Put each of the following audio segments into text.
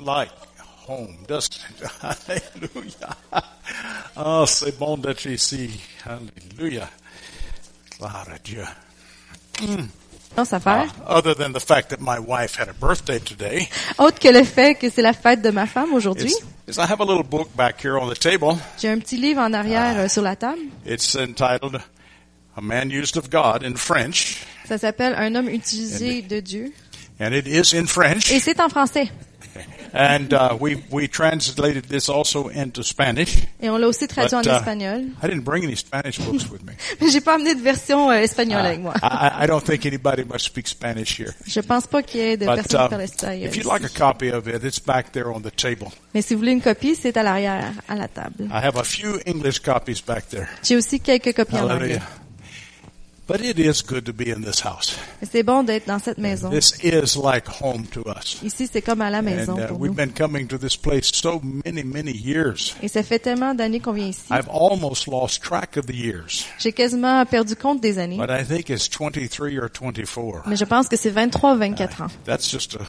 like home, doesn't it? Hallelujah. Ah, c'est bon d'être ici. Hallelujah. Gloire à Dieu. Non, ça Ah. fait. Other than the fact that my wife had a birthday today, Autre que le fait que c'est la fête de ma femme aujourd'hui, is, is I have a little book back here on the table. j'ai un petit livre en arrière Ah. euh, sur la table. It's entitled A Man Used of God in French, Ça s'appelle Un homme utilisé de Dieu. and it is in French. Et c'est en français. And uh, we, we translated this also into Spanish. Et on l'a aussi traduit But, en uh, espagnol. I didn't bring any Spanish books with me. Mais j'ai pas amené de version euh, espagnole avec moi. Uh, I, I- I don't think anybody much speaks Spanish here. Je pense pas qu'il y ait de But personnes uh, qui parlent espagnol. if you'd ici. like a copy of it, it's back there on the table. Mais si vous voulez une copie, c'est à l'arrière, à la table. I have a few English copies back there. J'ai aussi quelques copies en anglais. Hallelujah. But it is good to be in this house. Mais C'est bon d'être dans cette maison. This is like home to us. Ici, c'est comme à la maison And uh, pour we've nous. been coming to this place so many, many years. Et ça fait tellement d'années qu'on vient ici. I've almost lost track of the years, J'ai quasiment perdu compte des années. but I think it's 23 or 24. Mais je pense que c'est 23 24 ans. That's just a,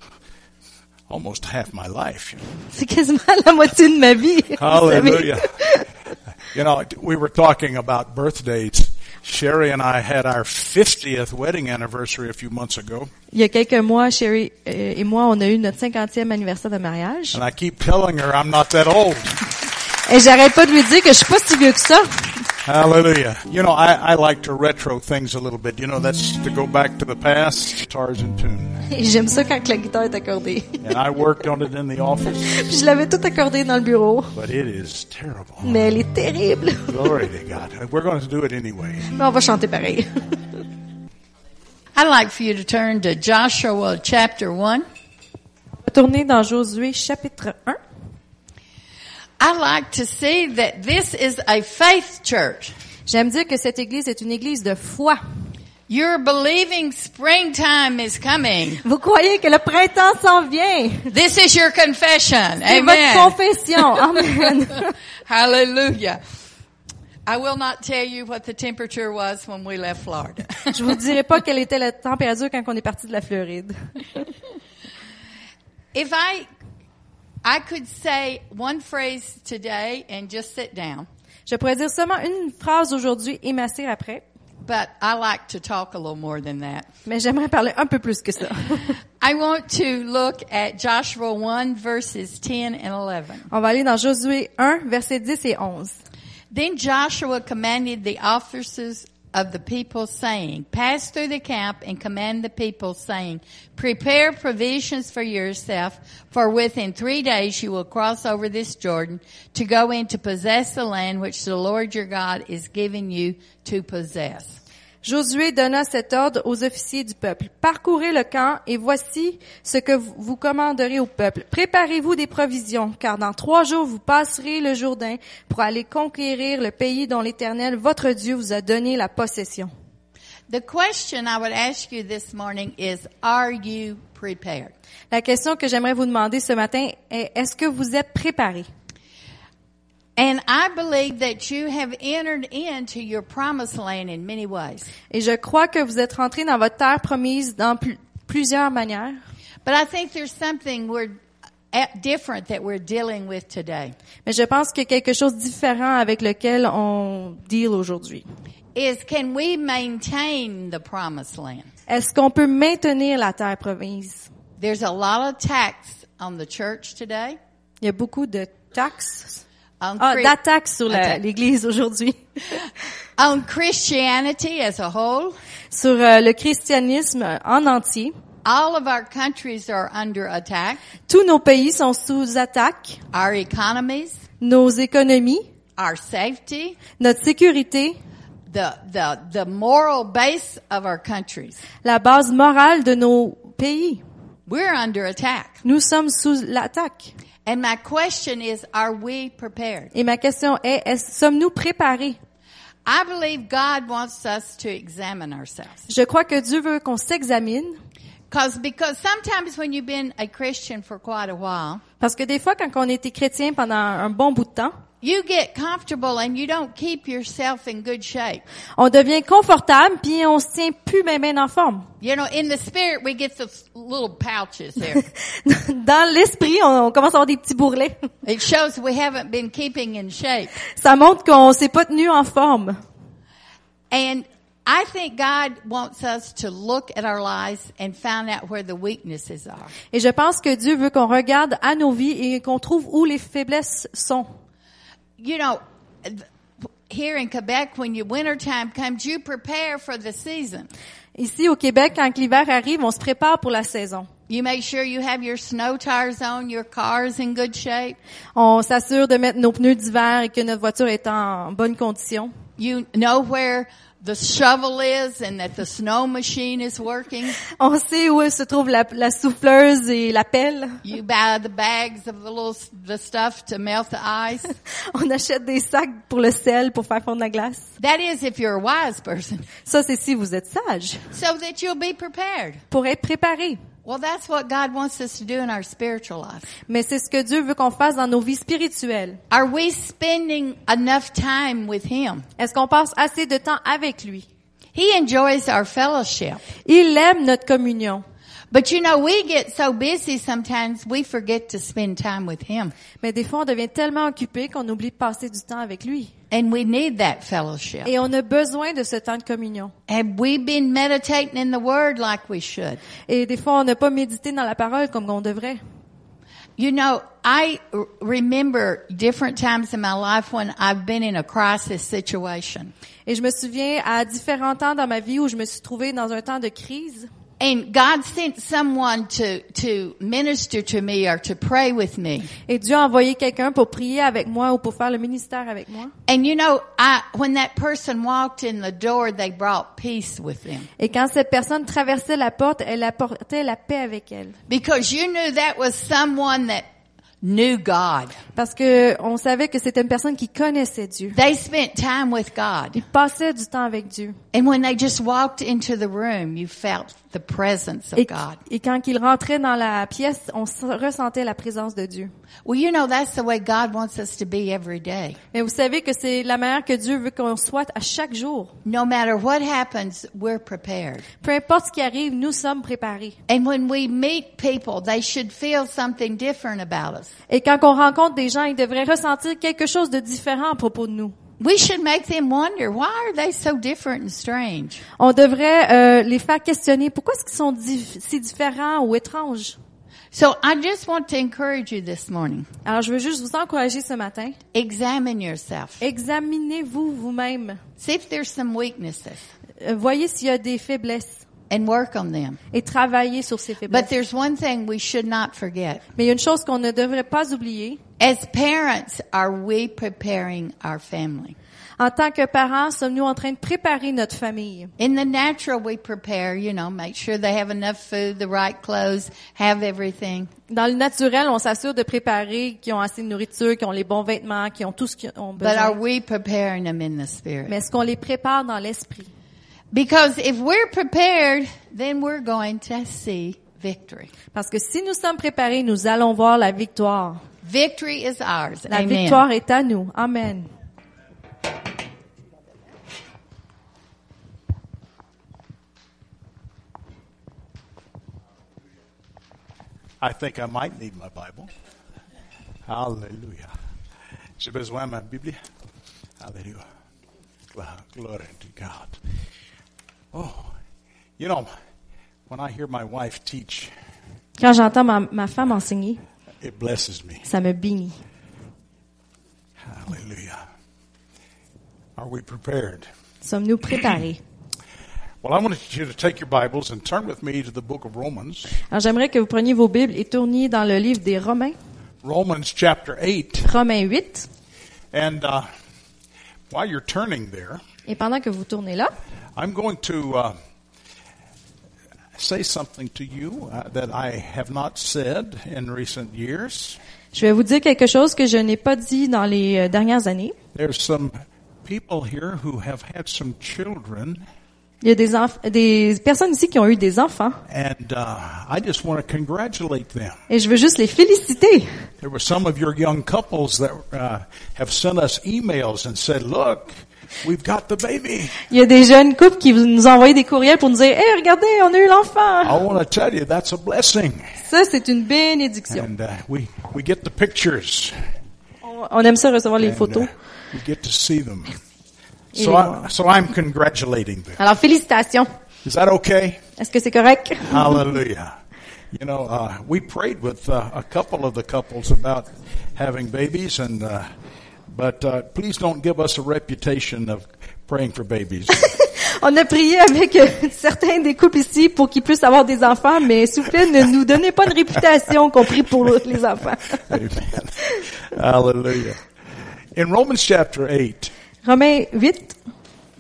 almost half my life. you know. C'est quasiment la moitié de ma vie. vous Hallelujah. savez. you know, we were talking about birthdays. Sherry and I had our 50th wedding anniversary a few months ago, Il y a quelques mois, Sherry euh, et moi, on a eu notre 50e anniversaire de mariage. and I keep telling her I'm not that old. Et j'arrête pas de lui dire que je suis pas si vieux que ça. Hallelujah. You know, I, I like to retro things a little bit. You know, that's to go back to the past. Guitars in tune. Et j'aime ça quand la guitare est accordée. And I worked on it in the office, Puis je l'avais tout accordée dans le bureau. but it is terrible. Mais elle est terrible. Glory to God. We're going to do it anyway. Mais on va chanter pareil. I'd like for you to turn to Joshua chapter 1. Tournez dans Josué chapitre 1. I like to see that this is a faith church. J'aime dire que cette église est une église de foi. You're believing springtime is coming. Vous croyez que le printemps s'en vient. This is your confession. C'est votre Amen. confession. Amen. Hallelujah. I will not tell you what the temperature was when we left Florida. Je vous dirai pas quelle était la température quand on est parti de la Floride. if I I could say one phrase today and just sit down, Je pourrais dire seulement une phrase aujourd'hui et m'asseoir après, but I like to talk a little more than that. mais j'aimerais parler un peu plus que ça. I want to look at Joshua 1 verses 10 and 11. On va aller dans Josué 1, versets 10 et 11. Then Joshua commanded the officers of the people saying, pass through the camp and command the people saying, prepare provisions for yourself, for within three days you will cross over this Jordan to go in to possess the land which the Lord your God is giving you to possess. Josué donna cet ordre aux officiers du peuple. Parcourez le camp et voici ce que vous vous commanderez au peuple. Préparez-vous des provisions, car dans trois jours vous passerez le Jourdain pour aller conquérir le pays dont l'Éternel, votre Dieu, vous a donné la possession. The question I would ask you this morning is, are you prepared? La question que j'aimerais vous demander ce matin est, est-ce que vous êtes préparés? And I believe that you have entered into your promised land in many ways. Et je crois que vous êtes rentrés dans votre terre promise dans pl- plusieurs manières. But I think there's something we're at different that we're dealing with today Mais je pense qu'il y a quelque chose de différent avec lequel on deal aujourd'hui. is can we maintain the promised land? Est-ce qu'on peut maintenir la terre promise? There's a lot of tax on the church today. Il y a beaucoup de taxes. On, Ah, Chri- d'attaques sur la- Attaques. l'Église aujourd'hui. on Christianity as a whole. sur euh, le christianisme en entier. All of our countries are under attack. Tous nos pays sont sous attaque. Our economies, Nos économies, our safety, notre sécurité, the, the, the moral base of our countries. la base morale de nos pays. We're under attack. Nous sommes sous l'attaque. And my question is, are we prepared? Et ma question est, est sommes-nous préparés? I believe God wants us to examine ourselves. Je crois que Dieu veut qu'on s'examine. Cause, because sometimes when you've been a Christian for quite a while, Parce que des fois, quand on était chrétien pendant un bon bout de temps, You get comfortable and you don't keep yourself in good shape. On devient confortable, puis on se tient plus ben ben en forme. You know, in the spirit, we get those little pouches there. Dans l'esprit, on, on commence à avoir des petits bourrelets. it shows we haven't been keeping in shape. Ça montre qu'on s'est pas tenu en forme. And I think God wants us to look at our lives and find out where the weaknesses are. Et je pense que Dieu veut qu'on regarde à nos vies et qu'on trouve où les faiblesses sont. You know, th- here in Quebec, when your winter time comes, you prepare for the season. Ici au Québec, quand que l'hiver arrive, on se prépare pour la saison. You make sure you have your snow tires on, your car's in good shape. On s'assure de mettre nos pneus d'hiver et que notre voiture est en bonne condition. You know where the shovel is and that the snow machine is working. On sait où se trouve la, la souffleuse et la pelle. You buy the bags of the little the stuff to melt the ice. On achète des sacs pour le sel pour faire fondre la glace. That is if you're a wise person, Ça, c'est si vous êtes sage. so that you'll be prepared. Pour être préparé. Well, that's what God wants us to do in our spiritual life. Mais c'est ce que Dieu veut qu'on fasse dans nos vies spirituelles. Are we spending enough time with Him? Est-ce qu'on passe assez de temps avec lui? He enjoys our fellowship. Il aime notre communion. But you know, we get so busy sometimes we forget to spend time with Him. Mais des fois, on devient tellement occupé qu'on oublie de passer du temps avec lui. And we need that fellowship. Et on a besoin de ce temps de communion. Have we been meditating in the Word like we should? Et des fois, on n'a pas médité dans la parole comme on devrait. You know, I r- remember different times in my life when I've been in a crisis situation. Et je me souviens à différents temps dans ma vie où je me suis trouvée dans un temps de crise. And God sent someone to, to minister to me or to pray with me. Et Dieu a envoyé quelqu'un pour prier avec moi ou pour faire le ministère avec moi. And you know, I, when that person walked in the door, they brought peace with them. Et quand cette personne traversait la porte, elle apportait la paix avec elle. Because you knew that was someone that knew God. Parce que on savait que c'était une personne qui connaissait Dieu. They spent time with God. Il passait du temps avec Dieu. And when they just walked into the room, you felt the presence Et, of Oh God. et quand il rentrait dans la pièce, on se- ressentait la présence de Dieu. Well, you know, that's the way God wants us to be every day. Mais vous savez que c'est la manière que Dieu veut qu'on soit à chaque jour. No matter what happens, we're prepared. Peu importe ce qui arrive, nous sommes préparés. And when we meet people, they should feel something different about us. Et quand on rencontre des gens, ils devraient ressentir quelque chose de différent à propos de nous. We should make them wonder, why are they so different and strange? On devrait euh, les faire questionner pourquoi est-ce qu'ils sont dif- si différents ou étranges. So I just want to encourage you this morning. Alors je veux juste vous encourager ce matin. Examine yourself. Examinez-vous vous-même. See if there's some weaknesses Euh, Voyez s'il y a des faiblesses and work on them. et travaillez sur ces But faiblesses. there's one thing we should not forget. Mais il y a une chose qu'on ne devrait pas oublier. As parents, are we preparing our family? En tant que parents, sommes-nous en train de préparer notre famille? In the natural, we prepare, you know, make sure they have enough food, the right clothes, have everything. Dans le naturel, on s'assure de préparer, qu'ils ont assez de nourriture, qu'ils ont les bons vêtements, qu'ils ont tout ce qu'ils ont But are besoin. we preparing them in the Mais spirit? est-ce qu'on les prépare dans l'esprit? Because if we're prepared, then we're going to see victory. Parce que si nous sommes préparés, nous allons voir la victoire. Victory is ours. La Amen. victoire est à nous. Amen. I think I might need my Bible. Hallelujah. J'ai besoin de ma Bible. Hallelujah. Gla- Glory to God. Oh, you know, when I hear my wife teach, Quand j'entends ma, ma femme enseigner, it blesses me. ça me bénit. Hallelujah. Are we prepared? Sommes-nous préparés? Well, I wanted you to take your Bibles and turn with me to the book of Romans, Alors j'aimerais que vous preniez vos Bibles et tourniez dans le livre des Romains, Romans chapter 8. Romains 8. And uh, while you're turning there, Et pendant que vous tournez là, I'm going to uh, say something to you uh, that I have not said in recent years. je vais vous dire quelque chose que je n'ai pas dit dans les euh, dernières années. There's some people here who have had some children, Il y a des, enf- des personnes ici qui ont eu des enfants and uh, I just want to congratulate them. et je veux juste les féliciter. There were some of your young couples that uh, have sent us emails and said, look, we've got the baby. Il y a des jeunes couples qui nous envoyaient des courriels pour nous dire, hey, regardez, on a eu l'enfant. I want to tell you, that's a blessing. Ça, c'est une bénédiction. And uh, we, we get the pictures. On on aime ça recevoir les and, photos. uh, we get to see them. Et So, les I, voir. so I'm congratulating them. Alors, félicitations. Is that okay? Est-ce que c'est correct? Hallelujah. You know, uh, we prayed with uh, a couple of the couples about having babies, and uh, but uh, please don't give us a reputation of praying for babies. On a prié avec euh, certains des couples ici pour qu'ils puissent avoir des enfants, mais s'il vous plaît, ne nous donnez pas une réputation qu'on prie pour les enfants. Amen. Hallelujah. In Romans chapter eight, Romains 8,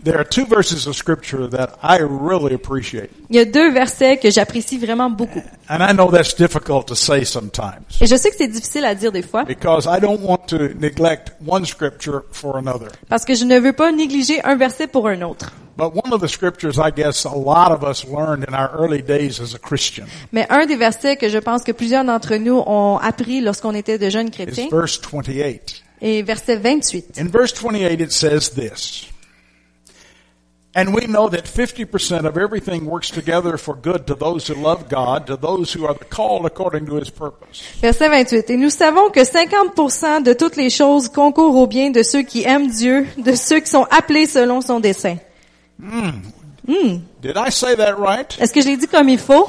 there are two verses of scripture that I really appreciate, il y a deux versets que j'apprécie vraiment beaucoup. and I know that's difficult to say sometimes Et je sais que c'est difficile à dire des fois, because I don't want to neglect one scripture for another. parce que je ne veux pas négliger un verset pour un autre. But one of the scriptures I guess a lot of us learned in our early days as a Christian Mais un des versets que je pense que plusieurs d'entre nous ont appris lorsqu'on était de jeunes is chrétiens verse 28. est verset 28. In verse 28 it says this, And we know that 50% of everything works together for good to those who love God, to those who are called according to his purpose. Verset 28. Et nous savons que 50% de toutes les choses concourent au bien de ceux qui aiment Dieu, de ceux qui sont appelés selon son dessein. Did I say that right? Est-ce que je l'ai dit comme il faut?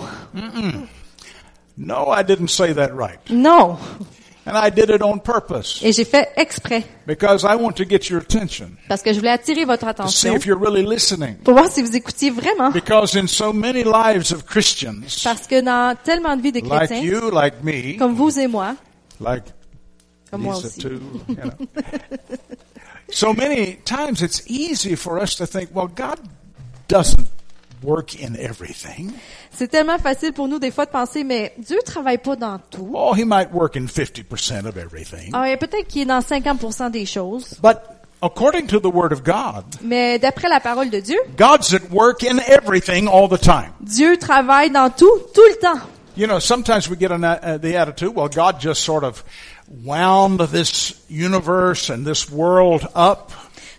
No, I didn't say that right. Non. And I did it on purpose Et j'ai fait exprès. because I want to get your attention Parce que je voulais attirer votre to see attention. if you're really listening. Pour voir si vous écoutiez vraiment. Because in so many lives of Christians, Parce que dans tellement de vies de like chrétiens, you, like me, comme vous et moi, like comme moi Lisa aussi, too. You know. so many times it's easy for us to think, well, God doesn't work in everything. c'est tellement facile pour nous des fois de penser, mais Dieu travaille pas dans tout. Oh, He might work in fifty percent of everything, Ah, et peut-être qu'il est dans 50% des choses, but according to the Word of God, mais d'après la parole de Dieu, God's at work in everything all the time. Dieu travaille dans tout, tout le temps. You know, sometimes we get an, uh, the attitude, well, God just sort of wound this universe and this world up.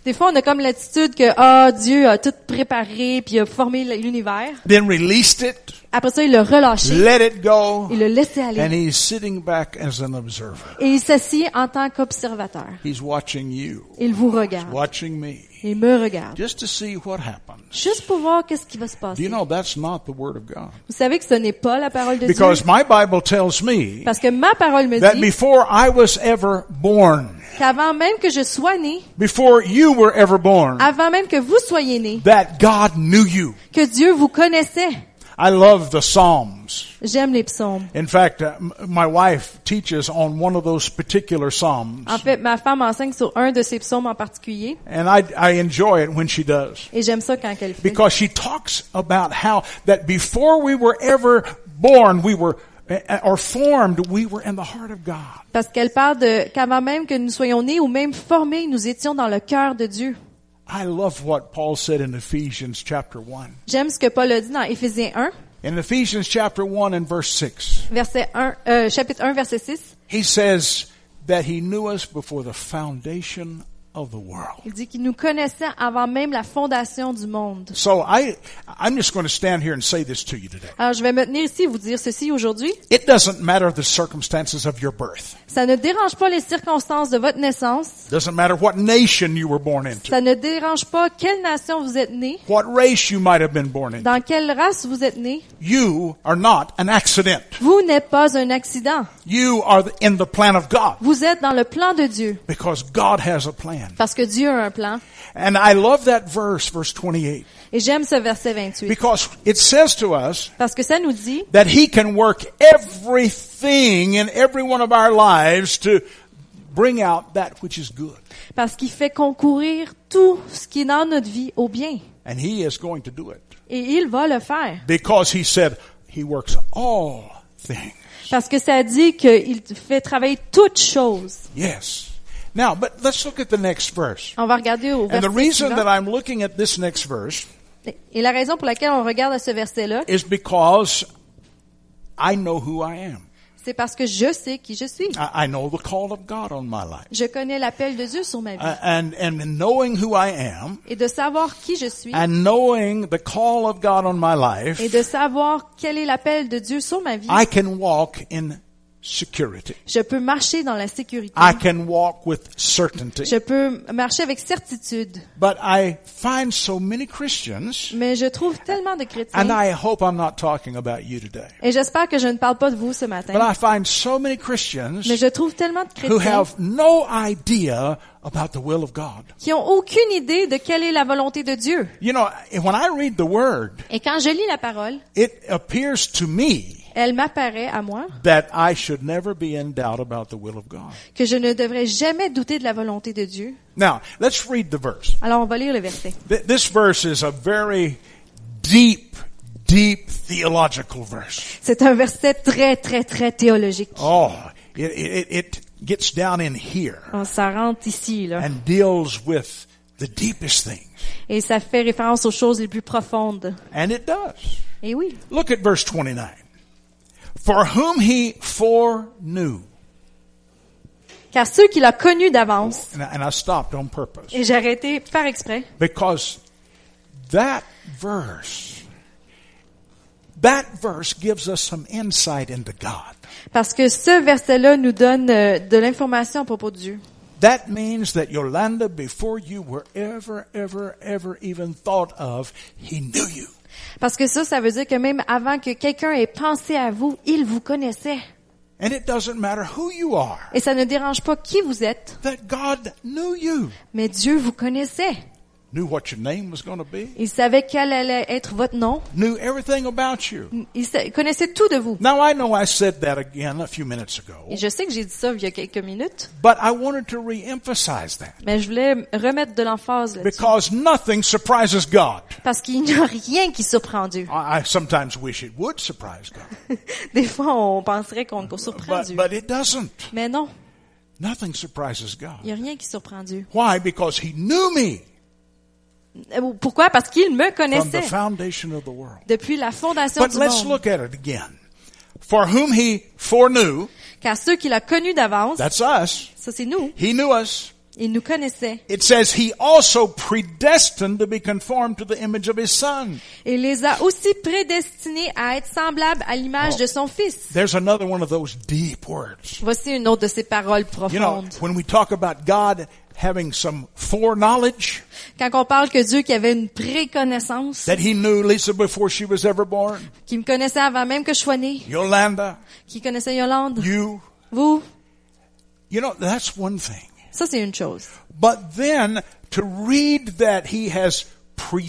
Des fois, on a comme l'attitude que ah Dieu a tout préparé puis il a formé l'univers. Then released it, Après ça, il l'a relâché, let it go, il l'a laissé aller and he's sitting back as an observer. et il s'assied en tant qu'observateur. He's watching you, Il vous regarde, watching me, il me regarde, just to see what happens. juste pour voir qu'est-ce qui va se Do passer. you know that's not the Word of God? Vous savez que ce n'est pas la parole de Dieu Because my Bible tells me parce que ma parole me that dit before I was ever born, qu'avant même que je sois né, before you were ever born, avant même que vous soyez né, that God knew you. que Dieu vous connaissait. I love the Psalms. J'aime les psaumes. In fact, uh, m- my wife teaches on one of those particular Psalms, En fait, ma femme enseigne sur un de ces psaumes en particulier and I, I enjoy it when she does. et j'aime ça quand elle le fait. because she talks about how that before we were ever born, we were eh, or formed, we were in the heart of God. Parce qu'elle parle de qu'avant même que nous soyons nés ou même formés, nous étions dans le cœur de Dieu. I love what Paul said in Ephesians chapter 1. J'aime ce que Paul a dit dans Éphésiens 1, In Ephesians chapter 1 and verse 6, verset 1, euh, chapitre 1, verset 6. he says that he knew us before the foundation of the world. Il dit qu'il nous connaissait avant même la fondation du monde. So I, I'm just going to stand here and say this to you today. Alors, je vais me tenir ici et vous dire ceci aujourd'hui. It doesn't matter the circumstances of your birth. Ça ne dérange pas les circonstances de votre naissance. Doesn't matter what nation you were born into. Ça ne dérange pas quelle nation vous êtes né, What race you might have been born into. dans quelle race vous êtes né. You are not an accident. Vous n'êtes pas un accident. You are the- in the plan of God Vous êtes dans le plan de Dieu. because God has a plan. Parce que Dieu a un plan. And I love that verse, verse 28, Et j'aime ce verset 28. because it says to us Parce que ça nous dit that He can work everything in every one of our lives to bring out that which is good. Parce qu'il fait concourir tout ce qui est dans notre vie au bien. And He is going to do it Et il va le faire. because He said He works all things. Parce que ça dit qu'il fait travailler toutes choses. Yes. Now, but let's look at the next verse. On va regarder au And the verset reason that suivant. I'm looking at this next verse Et la raison pour laquelle on regarde à ce verset-là, is because I know who I am. C'est parce que je sais qui je suis. I, I know the call of God on my life. Je connais l'appel de Dieu sur ma vie. Uh, and, and in knowing who I am Et de savoir qui je suis, and knowing the call of God on my life, et de savoir quel est l'appel de Dieu sur ma vie, I can walk in security. je peux marcher dans la sécurité. I can walk with certainty. Je peux marcher avec certitude. But I find so many Christians, Mais je trouve tellement de and chrétiens, I hope I'm not talking about you today, et j'espère que je ne parle pas de vous ce but matin, I find so many Christians mais je trouve tellement de who chrétiens have no idea about the will of God. qui ont aucune idée de quelle est la volonté de Dieu. You know, when I read the word, Et quand je lis la parole, it appears to me elle m'apparaît à moi that I should never be in doubt about the will of God. que je ne devrais jamais douter de la volonté de Dieu. Now, let's read the verse. Alors on va lire le verset. Th- This verse is a very deep, deep theological verse. C'est un verset très, très, très théologique. Oh, it, it, it gets down in here On s'en rentre ici, là. and deals with the deepest things. Et ça fait référence aux choses les plus profondes. And it does. Et oui. Look at verse 29. For whom he foreknew. Car ceux qu'il a connus d'avance, And I, and I stopped on purpose et j'ai arrêté par exprès, because that verse, that verse gives us some insight into God. parce que ce verset-là nous donne euh, de l'information à propos de Dieu. That means that Yolanda, before you were ever, ever, ever even thought of, he knew you. Parce que ça, ça veut dire que même avant que quelqu'un ait pensé à vous, il vous connaissait. And it doesn't matter who you are, Et ça ne dérange pas qui vous êtes, that God knew you, mais Dieu vous connaissait. knew what your name was going to be, Il savait quel allait être votre nom. knew everything about you. Il sa- il connaissait tout de vous. Now I know I said that again a few minutes ago, Et je sais que j'ai dit ça il y a quelques minutes, but I wanted to re-emphasize that mais je voulais remettre de l'emphase là-dessus. because nothing surprises God. Parce qu'il n'y a rien qui surprend Dieu. I I sometimes wish it would surprise God, Des fois, on penserait qu'on qu'on surprend but, Dieu. but it doesn't. Mais non, Nothing surprises il God. n'y a rien qui surprend Dieu. Why? Because He knew me Euh, Pourquoi? Parce qu'il me from the connaissait foundation of the world. depuis la fondation But du let's monde. look at it again. For whom He foreknew, Car ceux qu'il a connus d'avance, that's us, ça c'est nous, He knew us. il nous connaissait. It says He also predestined to be conformed to the image of His Son. Et les a aussi prédestinés à être semblables à l'image de son Fils. There's another one of those deep words. Voici une autre de ces paroles You know, profondes. when we talk about God having some foreknowledge, Quand on parle que Dieu qui avait une préconnaissance, that He knew Lisa before she was ever born, qui me connaissait avant même que je sois née, Yolanda, qui connaissait Yolande, you, vous, you know, that's one thing. ça c'est une chose. But then to read that He has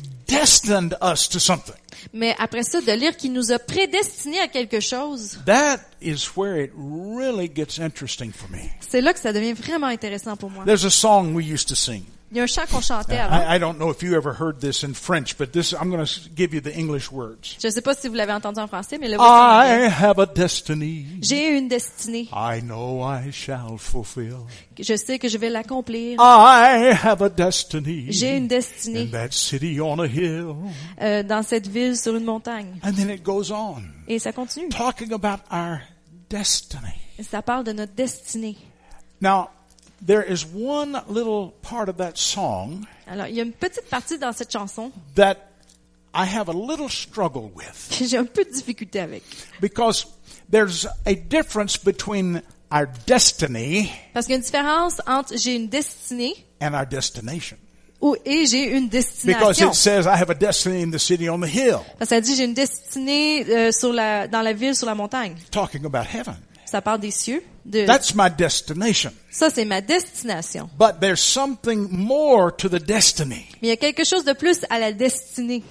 predestined us to something. Mais après ça, de lire qu'il nous a prédestinés à quelque chose, That is where it really gets interesting for me. c'est là que ça devient vraiment intéressant pour moi. There's a song we used to sing. Il y a un chant qu'on chantait avant. I, I don't know if you ever heard this in French, but this I'm going to give you the English words. Je sais pas si vous l'avez entendu en français, mais le voici en anglais. I have a destiny. J'ai une destinée. I know I shall fulfill. Je sais que je vais Ah. l'accomplir. I have a destiny. J'ai une In destinée that city on a hill. euh, dans cette ville sur une montagne. And then it goes on, Et ça continue. talking about our destiny. Ça parle de notre destinée. Now, there is one little part of that song Alors, il y a une petite partie dans cette chanson that I have a little struggle with. que j'ai un peu de difficulté avec. Because there's a difference between our destiny Parce qu'il y a une différence entre j'ai une destinée and our destination. ou et j'ai une Because destination. it says, I have a destiny in the city on the hill, Parce que ça dit j'ai une destinée euh, sur la dans la ville sur la montagne. talking about heaven. Ça part des cieux. De, That's my destination. ça c'est ma destination. But there's something more to the destiny. Mais il y a quelque chose de plus à la destinée.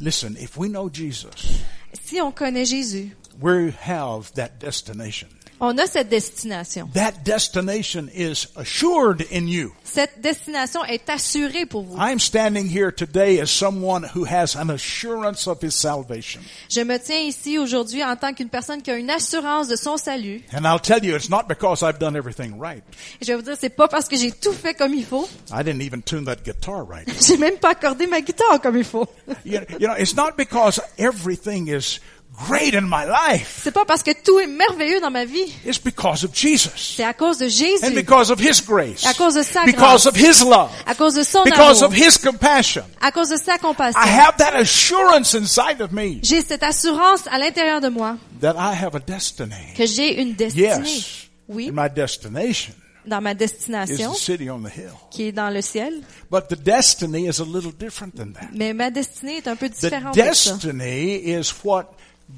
Listen, if we know Jesus, Si on connaît Jésus, we have that destination. on a cette destination. That destination is assured in you. Cette destination est assurée pour vous. I'm standing here today as someone who has an assurance of his salvation. Je me tiens ici aujourd'hui en tant qu'une personne qui a une assurance de son salut. And I'll tell you, it's not because I've done everything right. Et je vais vous dire, c'est pas parce que j'ai tout fait comme il faut. I didn't even tune that guitar right. J'ai même pas accordé ma guitare comme il faut. You, you know, it's not because everything is great in my life. C'est pas parce que tout est merveilleux dans ma vie. It's because of Jesus. C'est à cause de And Jésus, because of His grace. À cause de sa Because grâce. of His love. à cause de son Because amour, of His compassion. à cause de sa I compassion. have that assurance inside of me J'ai cette assurance à l'intérieur de moi that I have a destiny. que j'ai une destinée. Yes. Oui, And my destination dans ma is the destination city on the hill. qui est dans le ciel, But the destiny is a little different than that. mais ma destinée est un peu The différente de ça. destiny is what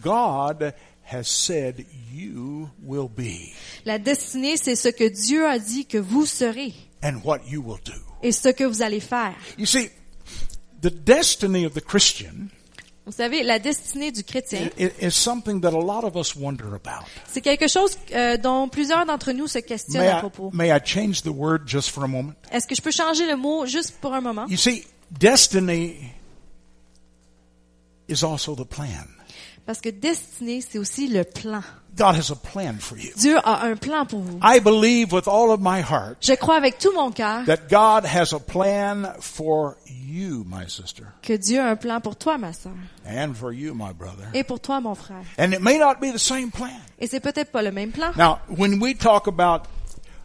God has said you will be La destinée, c'est ce que Dieu a dit que vous serez and what you will do. et ce que vous allez faire. You see, the destiny of the Christian Vous savez, la destinée du chrétien, i- i- is something that a lot of us wonder about. c'est quelque chose euh, dont plusieurs d'entre nous se questionnent May à I, propos. may I change the word just for a moment? Est-ce que je peux changer le mot juste pour un moment? You see, destiny is also the plan. Parce que destinée, c'est aussi le plan. God has a plan for you. Dieu a un plan pour vous. I believe with all of my heart Je crois avec tout mon cœur that God has a plan for you, my sister, que Dieu a un plan pour toi, ma sœur, and for you, my brother. et pour toi, mon frère. And it may not be the same plan. Et c'est peut-être pas le même plan. Now, when we talk about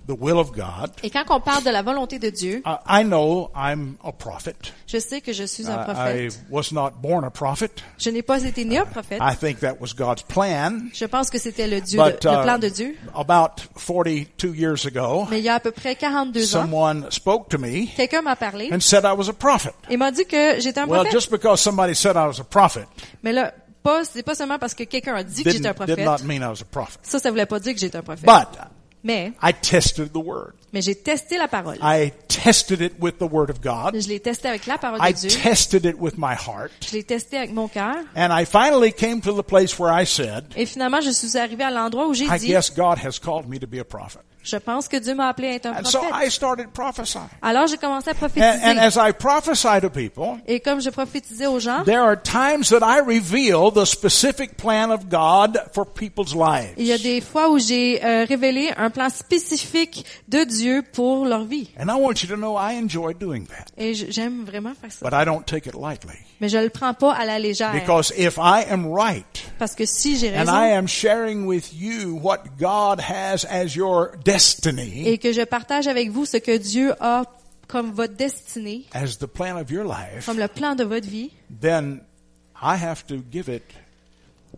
the will of God, Et quand on parle de la volonté de Dieu, I I know I'm a prophet. je sais que je suis un Ah, I, I prophète. was not born a prophet. Je n'ai pas été né un prophète. I think that was God's plan. Je pense que c'était le, Dieu, But le uh, plan de Dieu. about 42 years ago, Mais il y a à peu près 42 ans, someone spoke to me quelqu'un m'a parlé and said I was a prophet. et m'a dit que j'étais un Well, prophète. just because somebody said I was a prophet Mais là, pas, c'est pas seulement parce que quelqu'un a dit que j'étais un didn't, did prophète. not mean I was a prophet. Ça, ça voulait pas dire que j'étais un prophète. But mais, I tested the word. mais j'ai testé la parole. I tested it with the word of God. je l'ai testé avec la parole I de Dieu. tested it with my heart. Je l'ai testé avec mon cœur. And I finally came to the place where I said, Et finalement, je suis arrivée à l'endroit où j'ai I dit, guess God has called me to be a prophet. je pense que Dieu m'a appelé à être un And so prophète. I started prophesying. Alors, j'ai commencé à prophétiser. And, and as I prophesy to people, et comme je prophétisais aux gens, there are times that I reveal the specific plan of God for people's il y a lives. des fois où j'ai euh, révélé un plan spécifique de Dieu pour leur vie. And I want you to know I enjoy doing that. Et j- j'aime vraiment faire ça. But I don't take it lightly. Mais je le prends pas à la légère. Because if I am right, parce que si j'ai and raison I am sharing with you what God has as your destiny, et que je partage avec vous ce que Dieu a comme votre destinée, as the plan of your life, comme le plan de votre vie, then I have to give it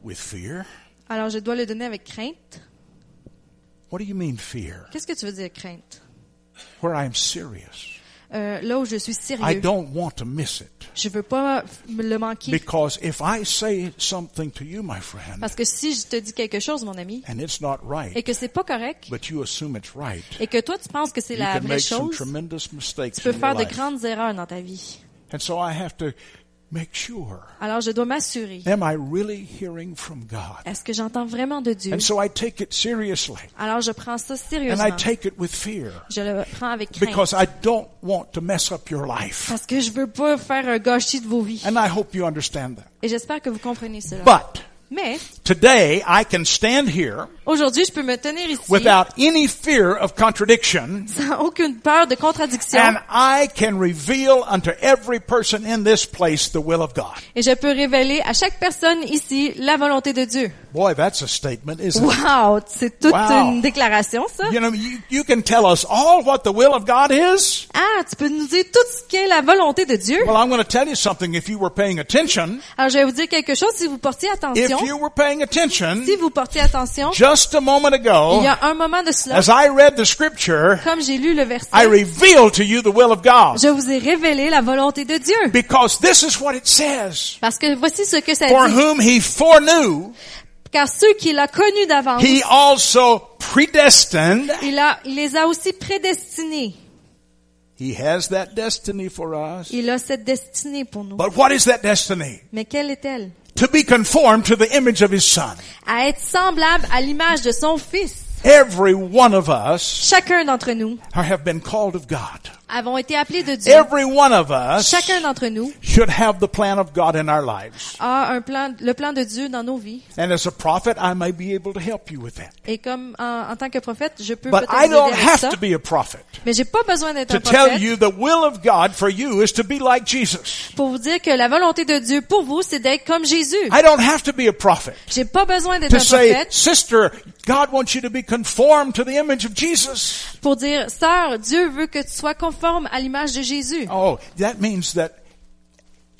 with fear. alors je dois le donner avec crainte. What do you mean fear? Qu'est-ce que tu veux dire crainte? Where I'm serious. Euh, là où je suis I sérieux, don't want to miss it. je veux pas me le manquer. Because if I say something to you, my friend, Parce que si je te dis quelque chose, mon ami, and it's not et right, que c'est pas correct, but you assume it's right, et que toi tu penses que c'est you la can vraie make some chose, tremendous mistakes tu peux in your faire de life. grandes erreurs dans ta vie. And so I have to make sure, Alors je dois m'assurer. am I really hearing from God? Est-ce que j'entends vraiment de Dieu? And so I take it seriously. Alors je prends ça And I sérieusement. take it with fear. Je le prends avec crainte. Because I don't want to mess up your life. Parce que je veux pas faire un gâchis de vos vies. And I hope you understand that. Et j'espère que vous comprenez cela. But Mais today I can stand here aujourd'hui, je peux me tenir ici without any fear of contradiction sans aucune peur de contradiction and I can reveal unto every person in this place the will of God. et je peux révéler à chaque personne ici la volonté de Dieu. Boy, that's a statement, isn't it? Wow, c'est toute Wow. une déclaration ça. You know, you, you can tell us all what the will of God is. Ah, tu peux nous dire tout ce qu'est la volonté de Dieu. Well, I'm going to tell you something if you were paying attention. Alors je vais vous dire quelque chose si vous portiez attention. If you were paying attention, Si vous portiez attention, just a moment il y ago, a un moment de cela, Oh. as I read the scripture, comme j'ai lu le verset, I revealed to you the will of God. je vous ai révélé la volonté de Dieu. Because this is what it says. Parce que voici ce que ça For dit. whom he foreknew, Car ceux qu'il a connus d'avance, he also predestined. il, a, il les a aussi prédestinés. He has that destiny for us. Il a cette destinée pour nous. But what is that destiny? Mais quelle est-elle? To be conformed to the image of his son. À être semblable à l'image de son Fils. Every one of us Chacun d'entre nous are- have been called of God. avons été appelés de Dieu. Every one of us Chacun d'entre nous should have the plan of God in our lives. a un plan, le plan de Dieu dans nos vies. And as a prophet, I may be able to help you with that. Et comme en, en tant que prophète, je peux But peut-être I vous don't aider avec have ça. to be a prophet Mais j'ai pas besoin d'être to un tell prophète you the will of God for you is to be like Jesus. pour vous dire que la volonté de Dieu pour vous, c'est d'être comme Jésus. I don't have to be a prophet J'ai pas besoin d'être un to say, prophète sister, God wants you to be conformed to the image of Jesus. pour dire, sœur, Dieu veut que tu sois conforme à l'image de Jésus. Oh, that means that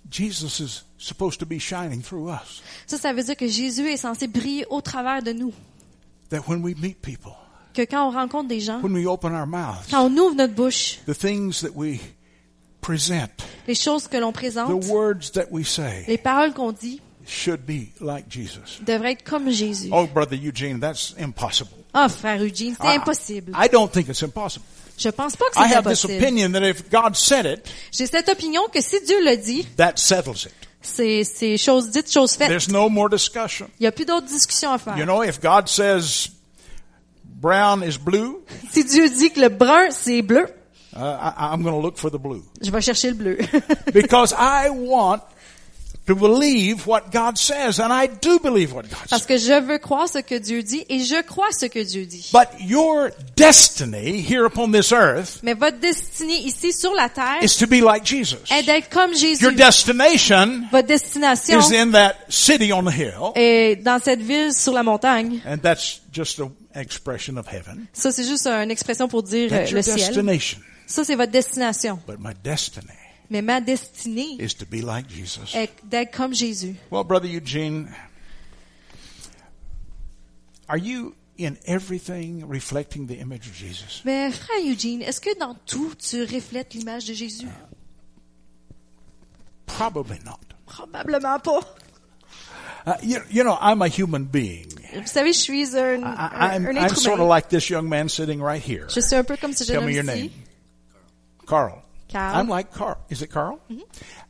Jesus is supposed to be shining through us. Ça, ça veut dire que Jésus est censé briller au travers de nous. That when we meet people, Que quand on rencontre des gens, when we open our mouths, quand on ouvre notre bouche, the things that we present, les choses que l'on the présente, words that we say les paroles qu'on dit, should be like Jesus. devraient être comme Jésus. Oh, Brother Eugene, that's impossible. Ah, frère Eugene, c'est I- impossible. I don't think it's impossible. Je pense pas que Ah. I c'est have this impossible. opinion that if God said it, J'ai cette opinion que si Dieu le dit, that settles it. c'est, c'est chose dite, chose faite. There's no more discussion. Il n'y a plus d'autres discussions à faire. You know, if God says brown is blue, Si Dieu dit que le brun, c'est bleu, uh, I, I'm going to look for the blue je vais chercher le bleu. because I want to believe what God says, and I do believe what God Parce says. que je veux croire ce que Dieu dit et je crois ce que Dieu dit. But your destiny here upon this earth Mais votre destinée ici sur la terre is to be like Jesus. est d'être comme Jésus. Your destination Votre destination is in that city on the hill, est dans cette ville sur la montagne. and that's just an expression of heaven. Ça, c'est juste une expression pour dire euh, That's your le ciel. destination. Ça, c'est votre destination. But my destiny Mais ma destinée is to be like Jesus. est d'être comme Jésus. Well, Brother Eugene, are you in everything reflecting the image of Jesus? Mais frère Eugene, est-ce que dans tout, tu reflètes l'image de Jésus? Euh, Probably not. Probablement pas. Uh, you, you know, I'm a human being. Vous savez, je suis I, un, un, I'm, un I'm être sort humain. of like this young man sitting right here. Je suis un peu comme ce jeune Tell homme me your ici. name. Carl. Carl. I'm like Carl. Is it Carl?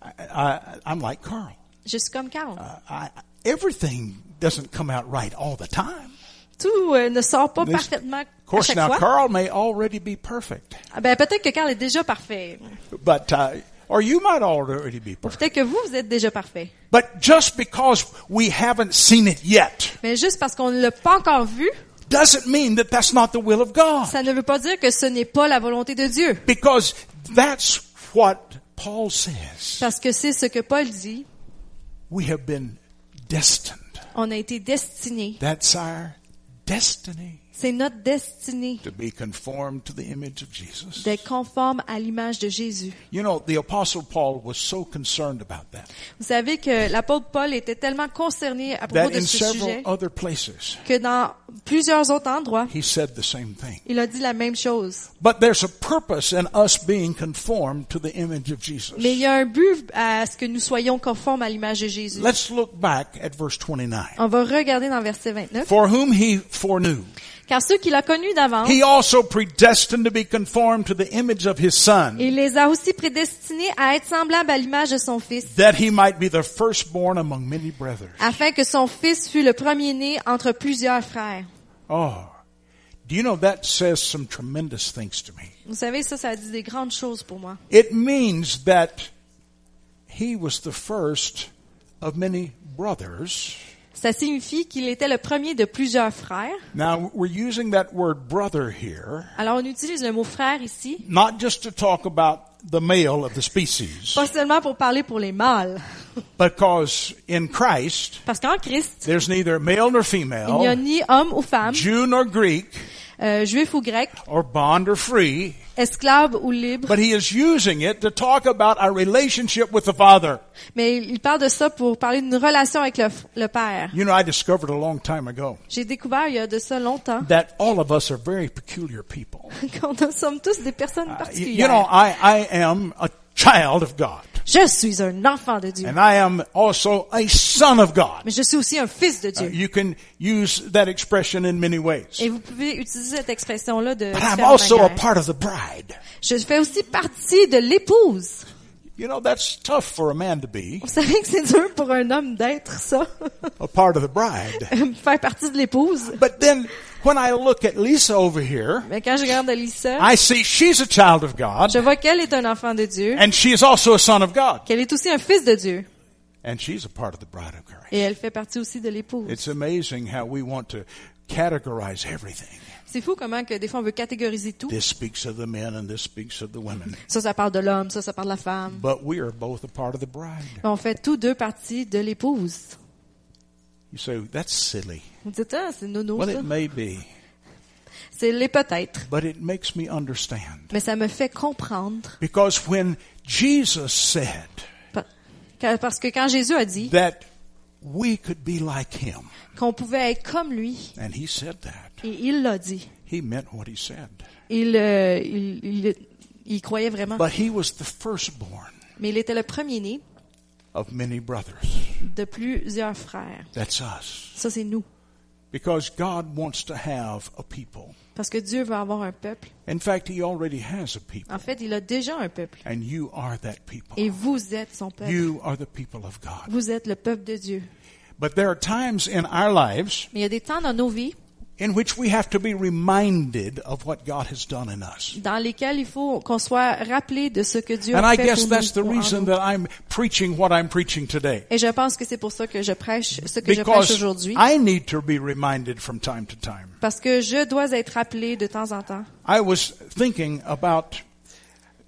I, I, I'm like Carl. Je suis comme Carl. I, everything doesn't come out right all the time. Tout euh, ne sort pas This- parfaitement Of à course, chaque now fois. Carl may already be perfect, Ah, Ben, peut-être que Carl est déjà parfait. but uh, or you might already be perfect. Peut-être que vous, vous êtes déjà parfait. But just because we haven't seen it yet Mais juste parce qu'on ne l'a pas encore vu, doesn't mean that that's not the will of God. ça ne veut pas dire que ce n'est pas la volonté de Dieu. Because that's what Paul says. Parce que c'est ce que Paul dit. We have been destined. On a été destinés. That's our destiny C'est notre destinée to be conformed to the image of Jesus. d'être conforme à l'image de Jésus. You know, the apostle Paul was so concerned about that Vous savez que l'apôtre Paul était tellement concerné à that propos de in ce sujet several other places que dans plusieurs autres endroits, he said the same thing. il a dit la même chose. But there's a purpose in us being conformed to the image of Jesus. Mais il y a un but à ce que nous soyons conformes à l'image de Jésus. Let's look back at verse 29. On va regarder dans verset 29. For whom he foreknew, Car ceux qu'il a connus d'avance, he also predestined to be conformed to the image of his son, il les a aussi prédestinés à être semblables à l'image de son Fils, that he might be the firstborn among many brethren. afin que son Fils fût le premier-né entre plusieurs frères. Oh, do you know that says some tremendous things to me? Vous savez, ça, ça dit des grandes choses pour moi. It means that he was the first of many brothers. Ça signifie qu'il était le premier de plusieurs frères. Now, we're using that word brother here, Alors, on utilise le mot frère ici, not just to talk about the male of the species, pas seulement pour parler pour les mâles. because in Christ, Parce qu'en Christ, there's neither male nor il n'y a female, ni homme ou femme, Jew nor Greek, euh, juif ou grec, or bond or free, esclave ou libre. but he is using it to talk about our relationship with the Father. Mais il parle de ça pour parler d'une relation avec le, f- le Père. You know, I discovered a long time ago J'ai découvert il y a de ça longtemps that all of us are very peculiar people. qu'on nous sommes tous des personnes Uh, you, you know, particulières. I, I am a child of God, Je suis un enfant de Dieu, and I am also a son of God. mais je suis aussi un fils de Uh, Dieu. you can use that expression in many ways. Et vous pouvez utiliser cette expression-là de But I'm différentes also a manières. part of the bride. Je fais aussi partie de l'épouse. You know, that's tough for a man to be Vous savez que c'est dur pour un homme d'être ça, a part of the bride. faire partie de l'épouse. But then When I look at Lisa over here, Mais quand je regarde Lisa, I see she's a child of God, je vois qu'elle est un enfant de Dieu, and she is also a son of God, qu'elle est aussi un fils de Dieu, and she's a part of the bride of Christ. et elle fait partie aussi de l'épouse. It's amazing how we want to categorize everything. C'est fou comment que des fois on veut catégoriser tout. This speaks of the men and this speaks of the women. Ça, ça parle de l'homme, ça, ça parle de la femme. But we are both a part of the bride. On fait tous deux partie de l'épouse. You say, that's silly. Vous dites, ah, c'est nono, Well, ça. it may be, C'est les peut-être. but it makes me understand. Mais ça me fait comprendre. Because when Jesus said Pa- quand- Parce que quand Jésus a dit that we could be like him, qu'on pouvait être comme lui, and he said that, et il l'a dit. he meant what he said. Il, euh, il, il- il y croyait vraiment. But he was the firstborn Mais il était le premier-né of many brothers. de plusieurs frères. That's us. Ça, c'est nous. Because God wants to have a people. Parce que Dieu veut avoir un peuple. In fact, he already has a people. En fait, il a déjà un peuple. And you are that people. Et vous êtes son peuple. You are the people of God. Vous êtes le peuple de Dieu. But there are times in our lives Mais il y a des temps dans nos vies in which we have to be reminded of what God has done in us. dans lesquels il faut qu'on soit rappelé de ce que Dieu And a I fait guess pour that's nous, the pour en reason nous. that I'm preaching what I'm preaching today. Et je pense que c'est pour ça que je prêche ce que je prêche Because aujourd'hui. I need to be reminded from time to time. Parce que je dois être rappelé de temps en temps. I was thinking about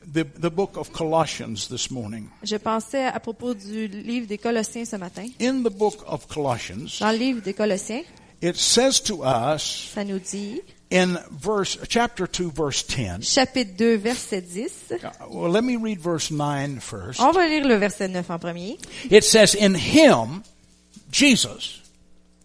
the, the book of Colossians this morning. Je pensais à propos du livre des Colossiens ce matin. In the book of Colossians, Dans le livre des Colossiens, it says to us ça nous dit, in verse, chapter 2, verse 10. chapitre 2, verset 10. Uh, Well, let me read verse 9 first. On va lire le verset 9 en premier. It says, In him, Jesus,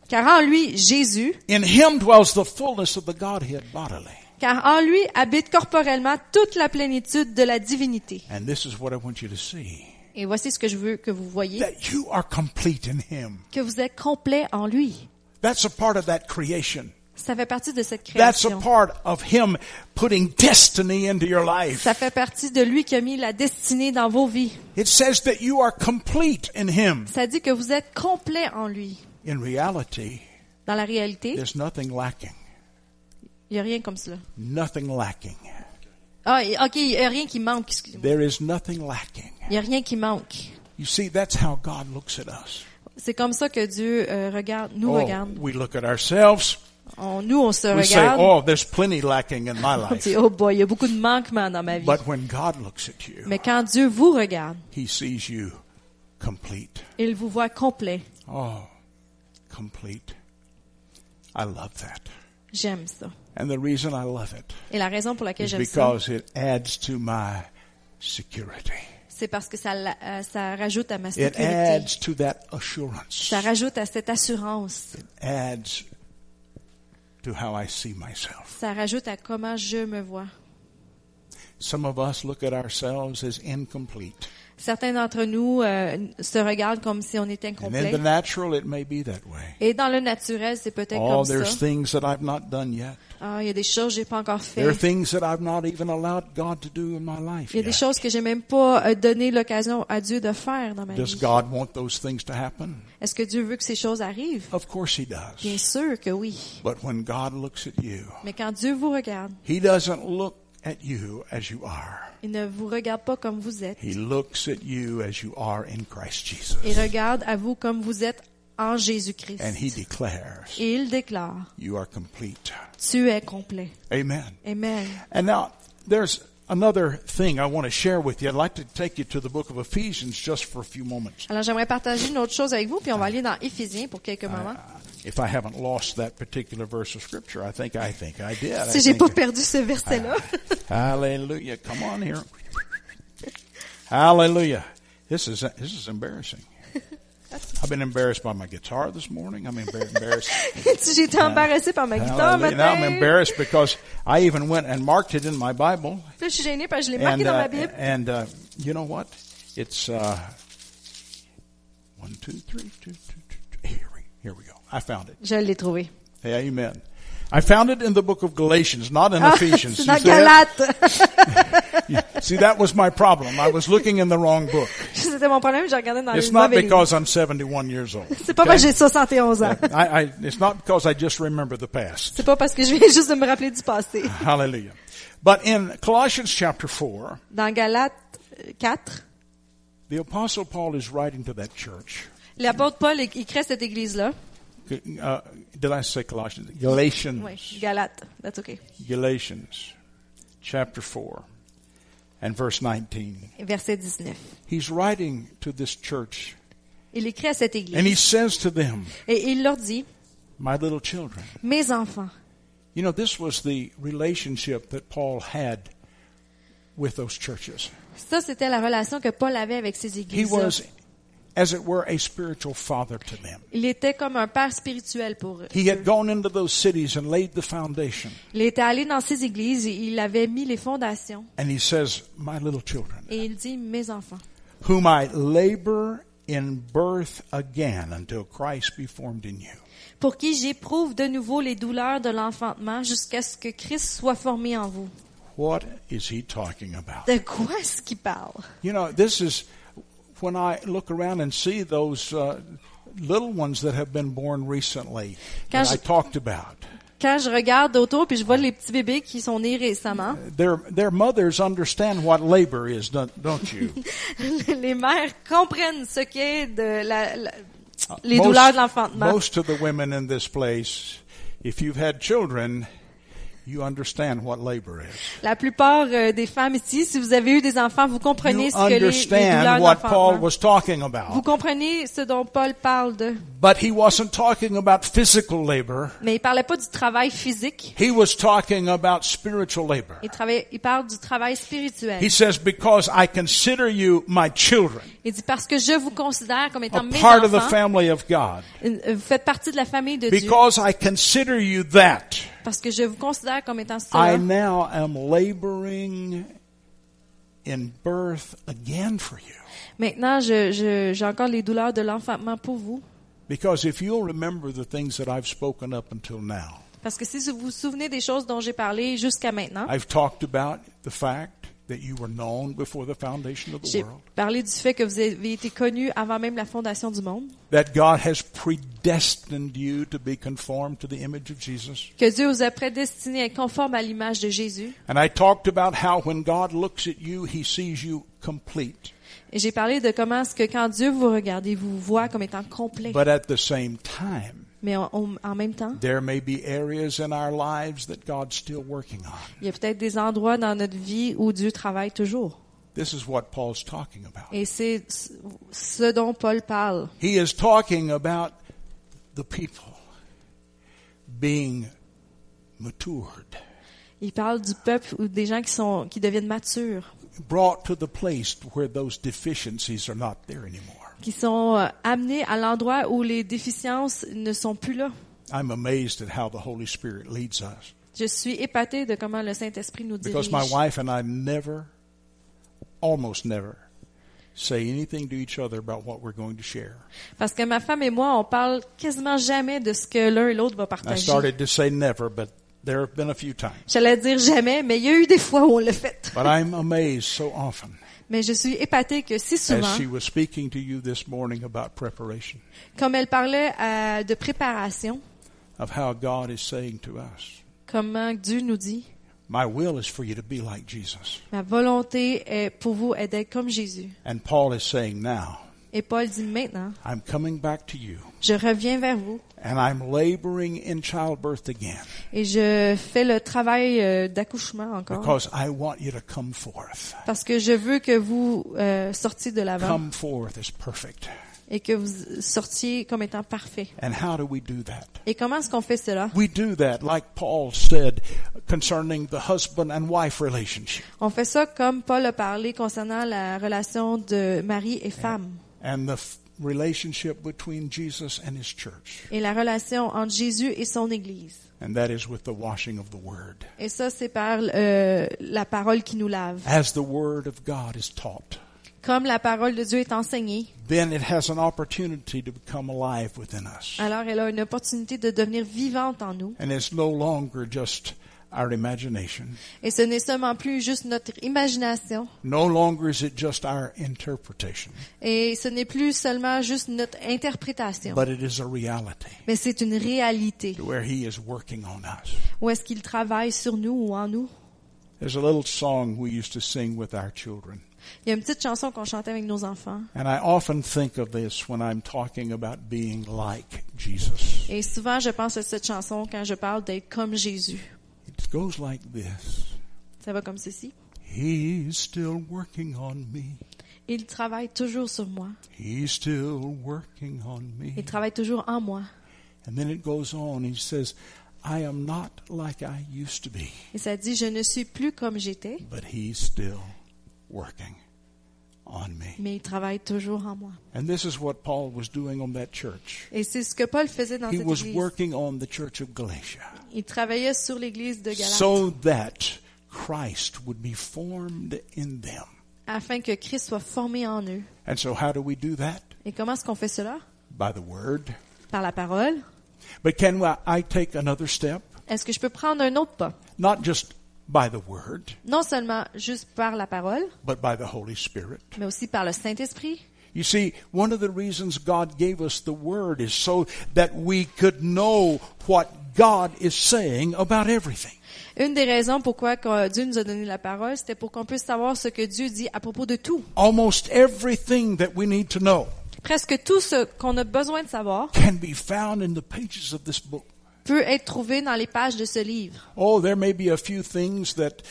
Car en lui, Jésus, in him dwells the fullness of the Godhead bodily. car en lui habite corporellement toute la plénitude de la divinité. And this is what I want you to see Et voici ce que je veux que vous voyez, that you are complete in him. que vous êtes complet en lui. That's a part of that creation. Ça fait partie de cette That's a création. part of him putting destiny into your life. Ça fait partie de lui qui a mis la destinée dans vos vies. It says that you are complete in him. Ça dit que vous êtes complet en lui. In reality, Dans la réalité, there's nothing lacking. il n'y a rien comme cela. Nothing lacking. Ah, et- ok, il n'y a rien qui manque. excusez-moi. There is nothing lacking. Il n'y a rien qui manque. You see, that's how God looks at us. C'est comme ça que Dieu euh, regarde, nous Oh, regarde. we look at ourselves. On, nous, on se We say, regarde. "Oh, there's plenty lacking in my on life." dit, oh boy, il y a beaucoup de manquements dans ma vie. But when God looks at you, Mais quand Dieu vous regarde, He sees you complete. il vous voit complet. Oh, complete. I love that, J'aime ça. and the reason I love it Et la raison pour laquelle is j'aime ça, because it adds to my security. c'est parce que ça, la- euh, ça rajoute à ma It sécurité. adds to that assurance. Ça rajoute à cette assurance. Adds to how I see myself. Ça rajoute à comment je me vois. Some of us look at ourselves as incomplete, Certains d'entre nous euh, se regardent comme si on était and in incomplet. the natural, it may be that way. Et dans le naturel, c'est peut-être Oh, comme there's ça. things that I've not done yet. Ah, il y a des choses que j'ai pas encore There are fait. things that I've not even allowed God to do in my life. Il y a des yet. choses que j'ai même pas euh, donné l'occasion à Dieu de faire dans ma Does vie. God want those things to happen? Est-ce que Dieu veut que ces choses arrivent? Of course He Bien does. sûr que oui. But when God looks at you, Mais quand Dieu vous regarde, He doesn't look at you as you are. il ne vous regarde pas comme vous êtes. He looks at you as you are in Christ Il Jesus. regarde à vous comme vous êtes en And He Jésus-Christ. declares, Et il déclare, You are complete. tu es complet. Amen. Amen. And now, there's another thing I want to share with you. I'd like to take you to the book of Ephesians just for a few moments. Alors j'aimerais partager une autre chose avec vous, puis on va aller dans Éphésiens pour quelques moments. Uh, If I haven't lost that particular verse of scripture, I think I think I did. I Si j'ai think pas I- perdu ce verset-là. Hallelujah. Come on here. Hallelujah. This is this is embarrassing. I've been embarrassed by my guitar this morning. I'm embar- embarrassed. J'étais embarrassée par ma guitare Hallelujah. Now I'm matin. embarrassed because I even went and marked it in my Bible. Puis là, je suis gênée parce que je l'ai marqué And dans uh, ma Bible. and uh, you know what? It's uh, one, two, three, two, two, two, two. Here we here we go. I found it. Je l'ai trouvé. Hey, amen. I found it in the book of Galatians, not in Ah, Ephesians. c'est You dans see that? Galate. See, that was my problem. I was looking in the wrong book. C'était mon problème, j'ai regardé dans les It's not mauvais livres. because I'm 71 years old. C'est pas parce que j'ai 71 ans. I, I, it's not because I just remember the past. C'est pas parce que je viens juste de me rappeler du passé. Hallelujah. But in Colossians chapter 4, Dans Galates euh, 4, the Apostle Paul is writing to that church. l'apôtre Paul é- écrit à cette église-là. Uh, did I say Colossians? Galatians. Oui, Galates. That's okay. Galatians chapter 4 and verse 19. Verset 19. He's writing to this church Il écrit à cette église. and he says to them, Et il leur dit, My little children. mes enfants. You know, this was the relationship that Paul had with those churches. Ça, c'était la relation que Paul avait avec ces He églises was, as it were, a spiritual father to them. Il était comme un père spirituel pour eux. He had gone into those cities and laid the foundation. Il était allé dans ces églises, il avait mis les fondations. And he says, My little children, Et il dit, mes enfants. whom I labor in birth again until Christ be formed in you. pour qui j'éprouve de nouveau les douleurs de l'enfantement jusqu'à ce que Christ soit formé en vous. What is he talking about? De quoi est-ce qu'il parle? You know, this is when I look around and see those uh, little ones that have been born recently that Quand I je- talked about. Quand je regarde autour puis je vois les petits bébés qui sont nés récemment, Their their mothers understand what labor is, don't, don't you? les mères comprennent ce qu'est de la, la- Ah, les Most- douleurs de l'enfantement. Most of the women in this place, if you've had children, you understand what labor is. La plupart euh, des femmes ici, si vous avez eu des enfants, vous comprenez You ce que les, les douleurs understand de what Paul l'enfantement. was talking Vous about. comprenez ce dont Paul parle de, But he wasn't talking about physical labor. mais il parlait pas du travail physique. He was talking about spiritual labor. Il, travaille- il parle du travail spirituel. He says, because I consider you my children, Il dit parce que je vous considère comme a étant mes part of the enfants. family of God. Une- euh, Vous faites partie de la famille de Dieu. Because I consider you that, Parce que je vous considère comme étant I cela. now am laboring in birth again for you. Maintenant, je- je- j'ai encore les douleurs de l'enfantement pour vous. Because if you'll remember the things that I've spoken up until now, Parce que si vous vous souvenez des choses dont j'ai parlé jusqu'à maintenant, I've talked about the fact that you were known before the foundation of the j'ai world, parlé du fait que vous avez été connu avant même la fondation du monde, that God has predestined you to be conformed to the image of Jesus. que Dieu vous a prédestiné à être conforme à l'image de Jésus. And I talked about how when God looks at you, he sees you complete, Et j'ai parlé de comment est-ce que quand Dieu vous regarde, il vous voit comme étant complet. but at the same time, Mais en- en- en même temps, there may be areas in our lives that God's still working on. il y a peut-être des endroits dans notre vie où Dieu travaille toujours. This is what Paul's talking about. Et c'est ce- ce dont Paul parle. He is talking about the people being matured, Il parle du peuple ou des gens qui sont qui deviennent matures, brought to the place where those deficiencies are not there anymore. qui sont euh, amenés à l'endroit où les déficiences ne sont plus là. I'm amazed at how the Holy Spirit leads us Je suis épatée de comment le Saint-Esprit nous dirige. because my wife and I never, almost never, say anything to each other about what we're going to share. Parce que ma femme et moi, on parle quasiment jamais de ce que l'un et l'autre va I partager. started to say never, but there have been a few times. J'allais dire jamais, mais il y a eu des fois où on l'a fait. But I'm amazed so often Mais je suis épatée que si as souvent, she was speaking to you this morning about preparation. comme elle parlait euh, de préparation, of how God is saying to us, comment Dieu nous dit, My will is for you to be like Jesus. ma volonté est pour vous est d'être comme Jésus. And Paul is saying, Now, Et Paul dit maintenant, I'm coming back to you, je reviens vers vous. and I'm laboring in childbirth again Et je fais le travail euh, d'accouchement encore. because I want you to come forth. Parce que je veux que vous euh, sortiez de l'avant Come forth is perfect. et que vous sortiez comme étant parfait. And how do we do that? Et comment est-ce qu'on fait cela? We do that, like Paul said concerning the husband and wife relationship. On fait ça comme Paul a parlé concernant la relation de mari et femme And the f- relationship between Jesus and his church. et la relation entre Jésus et son Église. And that is with the washing of the word. Et ça, c'est par euh, la parole qui nous lave. As the word of God is taught. Comme la parole de Dieu est enseignée, then it has an opportunity to become alive within us. alors elle a une opportunité de devenir vivante en nous. And it's no longer just our imagination. Et ce n'est seulement plus juste notre imagination. No longer is it just our interpretation, Et ce n'est plus seulement juste notre interprétation. but it is a reality Mais c'est une réalité. where He is working on us. Où est-ce qu'il travaille sur nous ou en nous? There's a little song we used to sing with our children. Il y a une petite chanson qu'on chantait avec nos enfants. And I often think of this when I'm talking about being like Jesus. Et souvent, je pense à cette chanson quand je parle d'être comme Jésus. It goes like this Ça va comme ceci. He's still working on me. Il travaille toujours sur moi. He's still working on Il me. travaille toujours en moi. And then it goes on. He says, I am not like I used to be, Et ça dit, je ne suis plus comme j'étais, but he's still working on me. mais il travaille toujours en moi. And this is what Paul was doing on that church. Et c'est ce que Paul faisait dans He cette was église. working on the church of Galatia Il travaillait sur l'église de Galate so that Christ would be formed in them. afin que Christ soit formé en eux. And so, how do we do that? Et comment est-ce qu'on fait cela? By the Word. Par la parole. But can I I take another step? Est-ce que je peux prendre un autre pas? Not just by the Word, Non seulement juste par la parole, but by the Holy Spirit. mais aussi par le Saint-Esprit. You see, one of the reasons God gave us the Word is so that we could know what God is saying about everything. Une des raisons pourquoi que Dieu nous a donné la parole, c'était pour qu'on puisse savoir ce que Dieu dit à propos de tout. Almost everything that we need to know Presque tout ce qu'on a besoin de savoir can be found in the pages of this book. peut être trouvé dans les pages de ce livre. Oh, there may be a few things that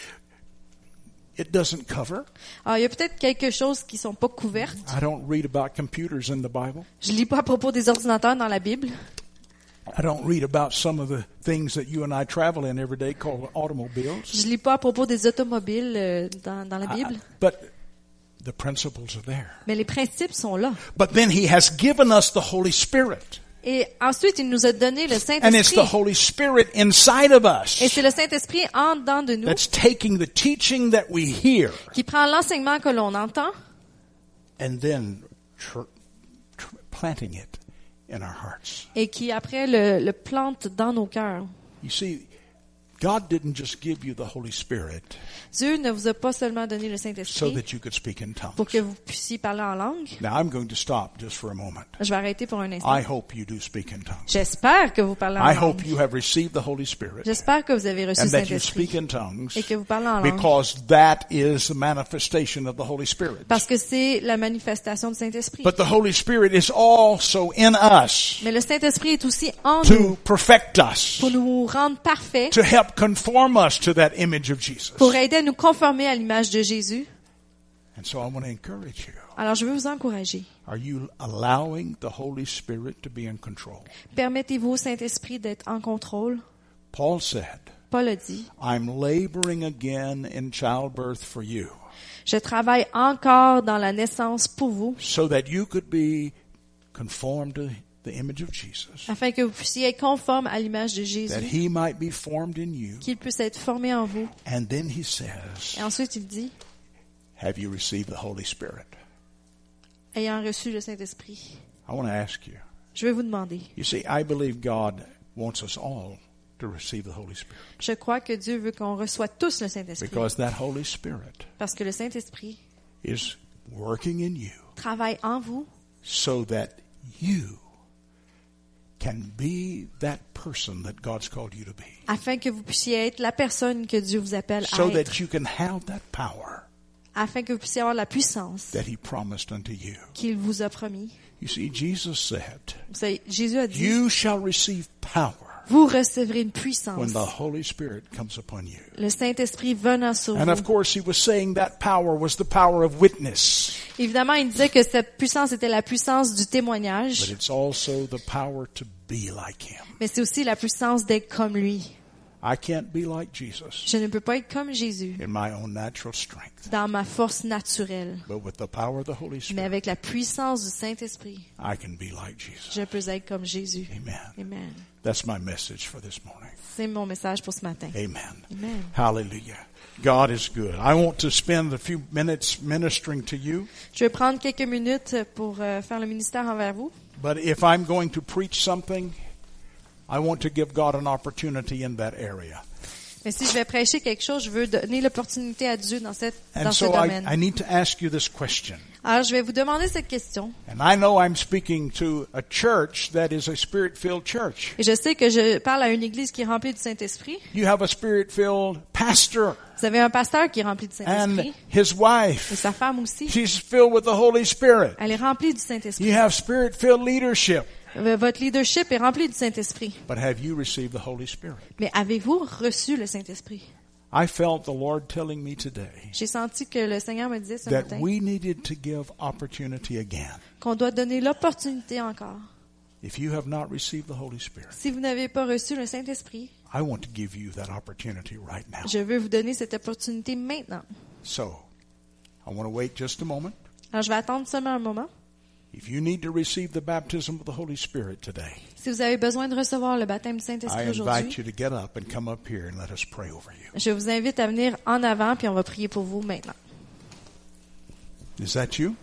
it doesn't cover. Alors, Ah, il y a peut-être quelque chose qui sont pas couvertes. I don't read about computers in the Bible. Je lis pas à propos des ordinateurs dans la Bible. I don't read about some of the things that you and I travel in every day called automobiles. Je lis pas à propos des automobiles euh, dans, dans la I- I- Bible. but the principles are there. Mais les principes sont là. But then he has given us the Holy Spirit. Et ensuite, il nous a donné le And it's the Saint-Esprit. Holy Spirit inside of Et us c'est le Saint-Esprit en dedans de nous that's taking the teaching that we hear qui prend l'enseignement que l'on entend and then tr- tr- planting it in our hearts. et qui après le, le plante dans nos cœurs. You see, God didn't just give you the Holy Spirit Dieu ne vous a pas seulement donné le so Saint-Esprit that you could speak in tongues. pour que vous puissiez parler en langue. Now I'm going to stop just for a moment. Je vais arrêter pour un I instant. hope you do speak in tongues. J'espère que vous parlez en I hope langue. you have received the Holy Spirit J'espère que vous avez reçu le and that you speak Saint-Esprit in tongues et que vous parlez en langue. because that is the manifestation of the Holy Spirit. Parce que c'est la manifestation du Saint-Esprit. But the Holy Spirit is also in us Mais le Saint-Esprit est aussi en to nous perfect us, pour nous rendre parfaits, to help conform us to that image of pour Jesus. aider à nous conformer à l'image de Jésus. And so I want to encourage you. Alors je veux vous encourager. Are you allowing the Holy Spirit to be in control? Permettez-vous au Saint-Esprit d'être en contrôle. Paul said, Paul a dit, I'm laboring again in childbirth for you je travaille encore dans la naissance pour vous, so that you could be conformed to the image of Jesus, afin que vous puissiez être conforme à l'image de that Jésus, he might be formed in you. qu'il puisse être formé en vous. And then he says, Et ensuite il dit, Have you received the Holy Spirit? ayant reçu le Saint-Esprit. I want to ask you. Je vais vous demander. You see, I believe God wants us all to receive the Holy Spirit Je crois que Dieu veut qu'on reçoive tous le Saint-Esprit. because that Holy Spirit Parce que le Saint-Esprit is working in you travaille en vous so that you can be that person that God's called you to be. afin que vous puissiez être la personne que Dieu vous appelle à So être, that you can have that power afin que vous puissiez avoir la puissance that He promised unto you. qu'il vous a promis. You see, Jesus said, Vous savez, Jésus a dit, You shall receive power vous recevrez une when puissance, the Holy Spirit comes upon you. le Saint-Esprit venant sur And of vous. course, He was saying that power was the power of witness. Évidemment, il disait que cette puissance était la puissance du But témoignage, it's also the power to be like him. mais c'est aussi la puissance d'être comme lui. I can't be like Jesus Je ne peux pas être comme Jésus in my own natural strength, dans ma force naturelle, but with the power of the Holy mais Spirit, avec la puissance du Saint-Esprit, I can be like Jesus. je peux être comme Jésus. Amen. Amen. That's my message for this morning. C'est mon message pour ce matin. Amen. Amen. Hallelujah. God is good. I want to spend a few minutes ministering to you, Je vais prendre quelques minutes pour euh, faire le ministère envers vous. but if I'm going to preach something, I want to give God an opportunity in that area. Mais si je vais prêcher quelque chose, je veux donner l'opportunité à Dieu dans, cette, dans And ce so I, domaine. I need to ask you this question. Alors, je vais vous demander cette question. And I know I'm speaking to a church that is a spirit filled church. Et je sais que je parle à une église qui est remplie du Saint-Esprit. You have a spirit filled pastor Vous avez un pasteur qui est rempli du and Saint-Esprit. his Et wife. sa femme aussi. She's filled with the Holy Spirit. Elle est remplie du Saint-Esprit. You have spirit filled leadership. Euh, Votre leadership est rempli du Saint-Esprit. But have you received the Holy Spirit? Mais avez-vous reçu le Saint-Esprit? I felt the Lord telling me today J'ai senti que le Seigneur me disait ce that matin we needed to give opportunity again. qu'on doit donner l'opportunité encore. If you have not received the Holy Spirit, Si vous n'avez pas reçu le Saint-Esprit, I want to give you that opportunity right now. je veux vous donner cette opportunité maintenant. So, I want to wait just a moment. Alors, je vais attendre seulement un moment. If you need to receive the baptism of the Holy Spirit today, Si vous avez besoin de recevoir le baptême du I Saint-Esprit invite aujourd'hui, you to get up and come up here and let us pray over you. je vous invite à venir en avant, puis on va prier pour vous maintenant. Is that you?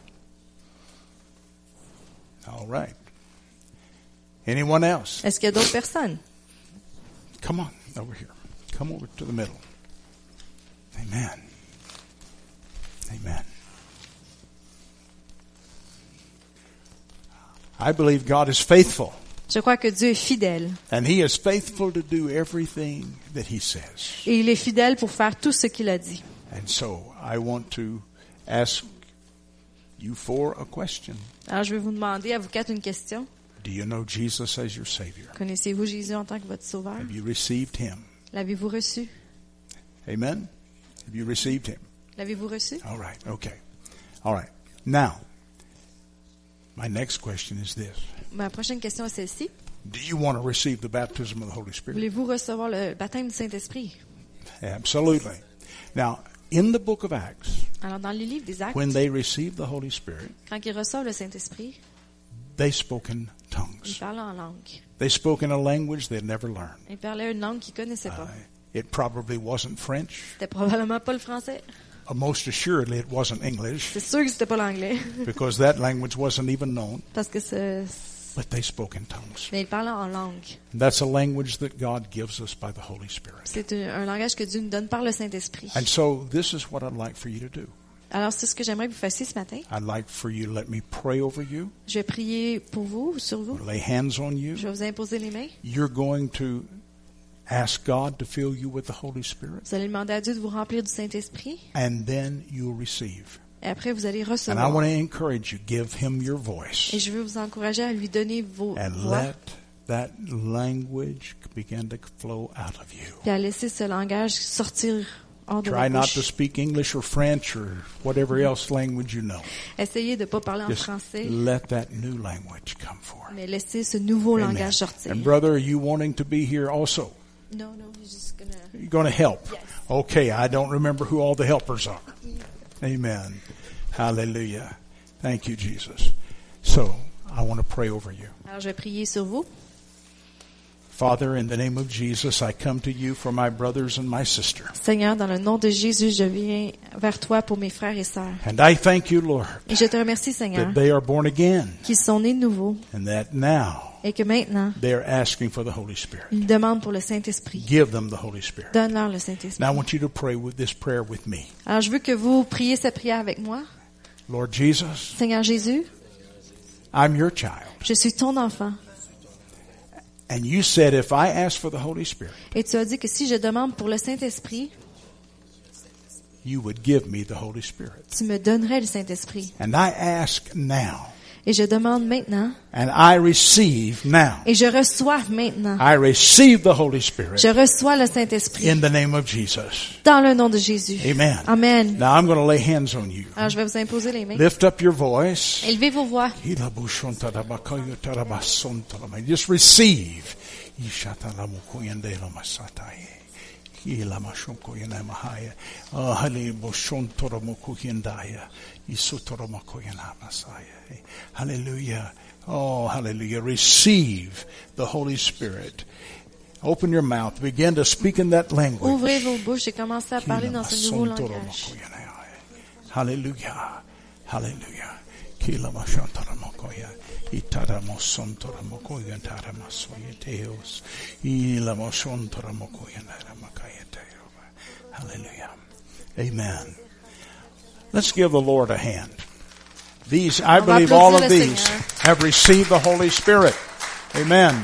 All right. Anyone else? Est-ce qu'il y a d'autres personnes? Come on over here. Come over to the middle. Amen. Amen. I believe God is faithful, Je crois que Dieu est fidèle. and He is faithful to do everything that He says. Et il est fidèle pour faire tout ce qu'il a dit. And so I want to ask you for a question. Alors, je vais vous demander à vous quatre une question. Do you know Jesus as your Savior? Connaissez-vous Jésus en tant que votre sauveur? Have you received Him? L'avez-vous reçu? Amen? Have you received Him? L'avez-vous reçu? All right, okay. All right. Now, my next question is this Ma prochaine question est celle-ci. Do you want to receive the baptism of the Holy Spirit? Voulez-vous recevoir le baptême du Saint-Esprit? Absolutely. Now, in the book of Acts, Alors, dans les livres des Actes, when they received the Holy Spirit, quand ils reçoivent le Saint-Esprit, they spoke in ils tongues. parlent en langue. They spoke in a language they'd never learned. Ils parlaient une langue qu'ils connaissaient pas. Uh, it probably wasn't French. C'était probablement pas le français. Uh, most assuredly, it wasn't English C'est sûr que c'était pas l'anglais. because that language wasn't even known. Parce que c'est... But they spoke in tongues. Mais ils parlent en langue. That's a language that God gives us by the Holy Spirit. C'est un, un langage que Dieu nous donne par le Saint-Esprit. And so this is what I'd like for you to do. Alors, c'est ce que j'aimerais que vous fassiez ce matin. I'd like for you to let me pray over you, Je vais prier pour vous, sur vous. lay hands on Je you. vais vous imposer les mains. You're going to ask God to fill you with the Holy Spirit, Vous allez demander à Dieu de vous remplir du Saint-Esprit. and then you'll receive. Et après, vous allez And I recevoir. want to encourage you, give him your Et voice je veux vous encourager à lui donner vos and voix let that language begin to flow out of you. et à laisser ce langage sortir hors de Try votre not to bouche. speak English or French or whatever else language you know. Essayez de ne pas parler en Just français, let that new language come forth. mais laissez ce nouveau Amen. langage sortir. And brother, are you wanting to be here also? No, no, he's just gonna- You're going to help? Yes. Okay, I don't remember who all the helpers are. Amen. Hallelujah. Thank you, Jesus. So, I want to pray over you. Alors, je vais prier sur vous. Father, in the name of Jesus, I come to you for my brothers and my sister. Seigneur, dans le nom de Jésus, je viens vers toi pour mes frères et sœurs. And I thank you, Lord, Et je te remercie, Seigneur, that they are born again qu'ils sont nés de nouveau and that now et que maintenant, they're asking for the Holy Spirit. ils demandent pour le Saint-Esprit. Give them the Holy Spirit. Donne-leur le Saint-Esprit. Now, I want you to pray with this prayer with me. Alors, je veux que vous priez cette prière avec moi. Lord Jesus, Seigneur Jésus, I'm your child. je suis ton enfant. And you said, if I ask for the Holy Spirit, Et tu as dit que si je demande pour le Saint-Esprit, you would give me the Holy Spirit. tu me donnerais le Saint-Esprit. And I ask now, Et je demande maintenant, and I receive now. et je reçois maintenant. I receive the Holy Spirit Je reçois le Saint-Esprit in the name of Jesus. dans le nom de Jésus. Amen. Amen. Now I'm going to lay hands on you. Alors, je vais vous imposer les mains. Lift up your voice. Élevez vos voix. Just receive. Hallelujah. Oh, hallelujah. Receive the Holy Spirit. Open your mouth. Begin to speak in that language. Ouvrez vos bouches et commencez à parler dans ce nouveau langage. eh. Hallelujah. Hallelujah. mokoya. Itara mosontora mokoya tara masoya teos. Ila mosontora mokoya nara makaya teoba. Hallelujah. Amen. Let's give the Lord a hand. These, I va believe all applaudir of le these Seigneur. have received the Holy Spirit. Amen.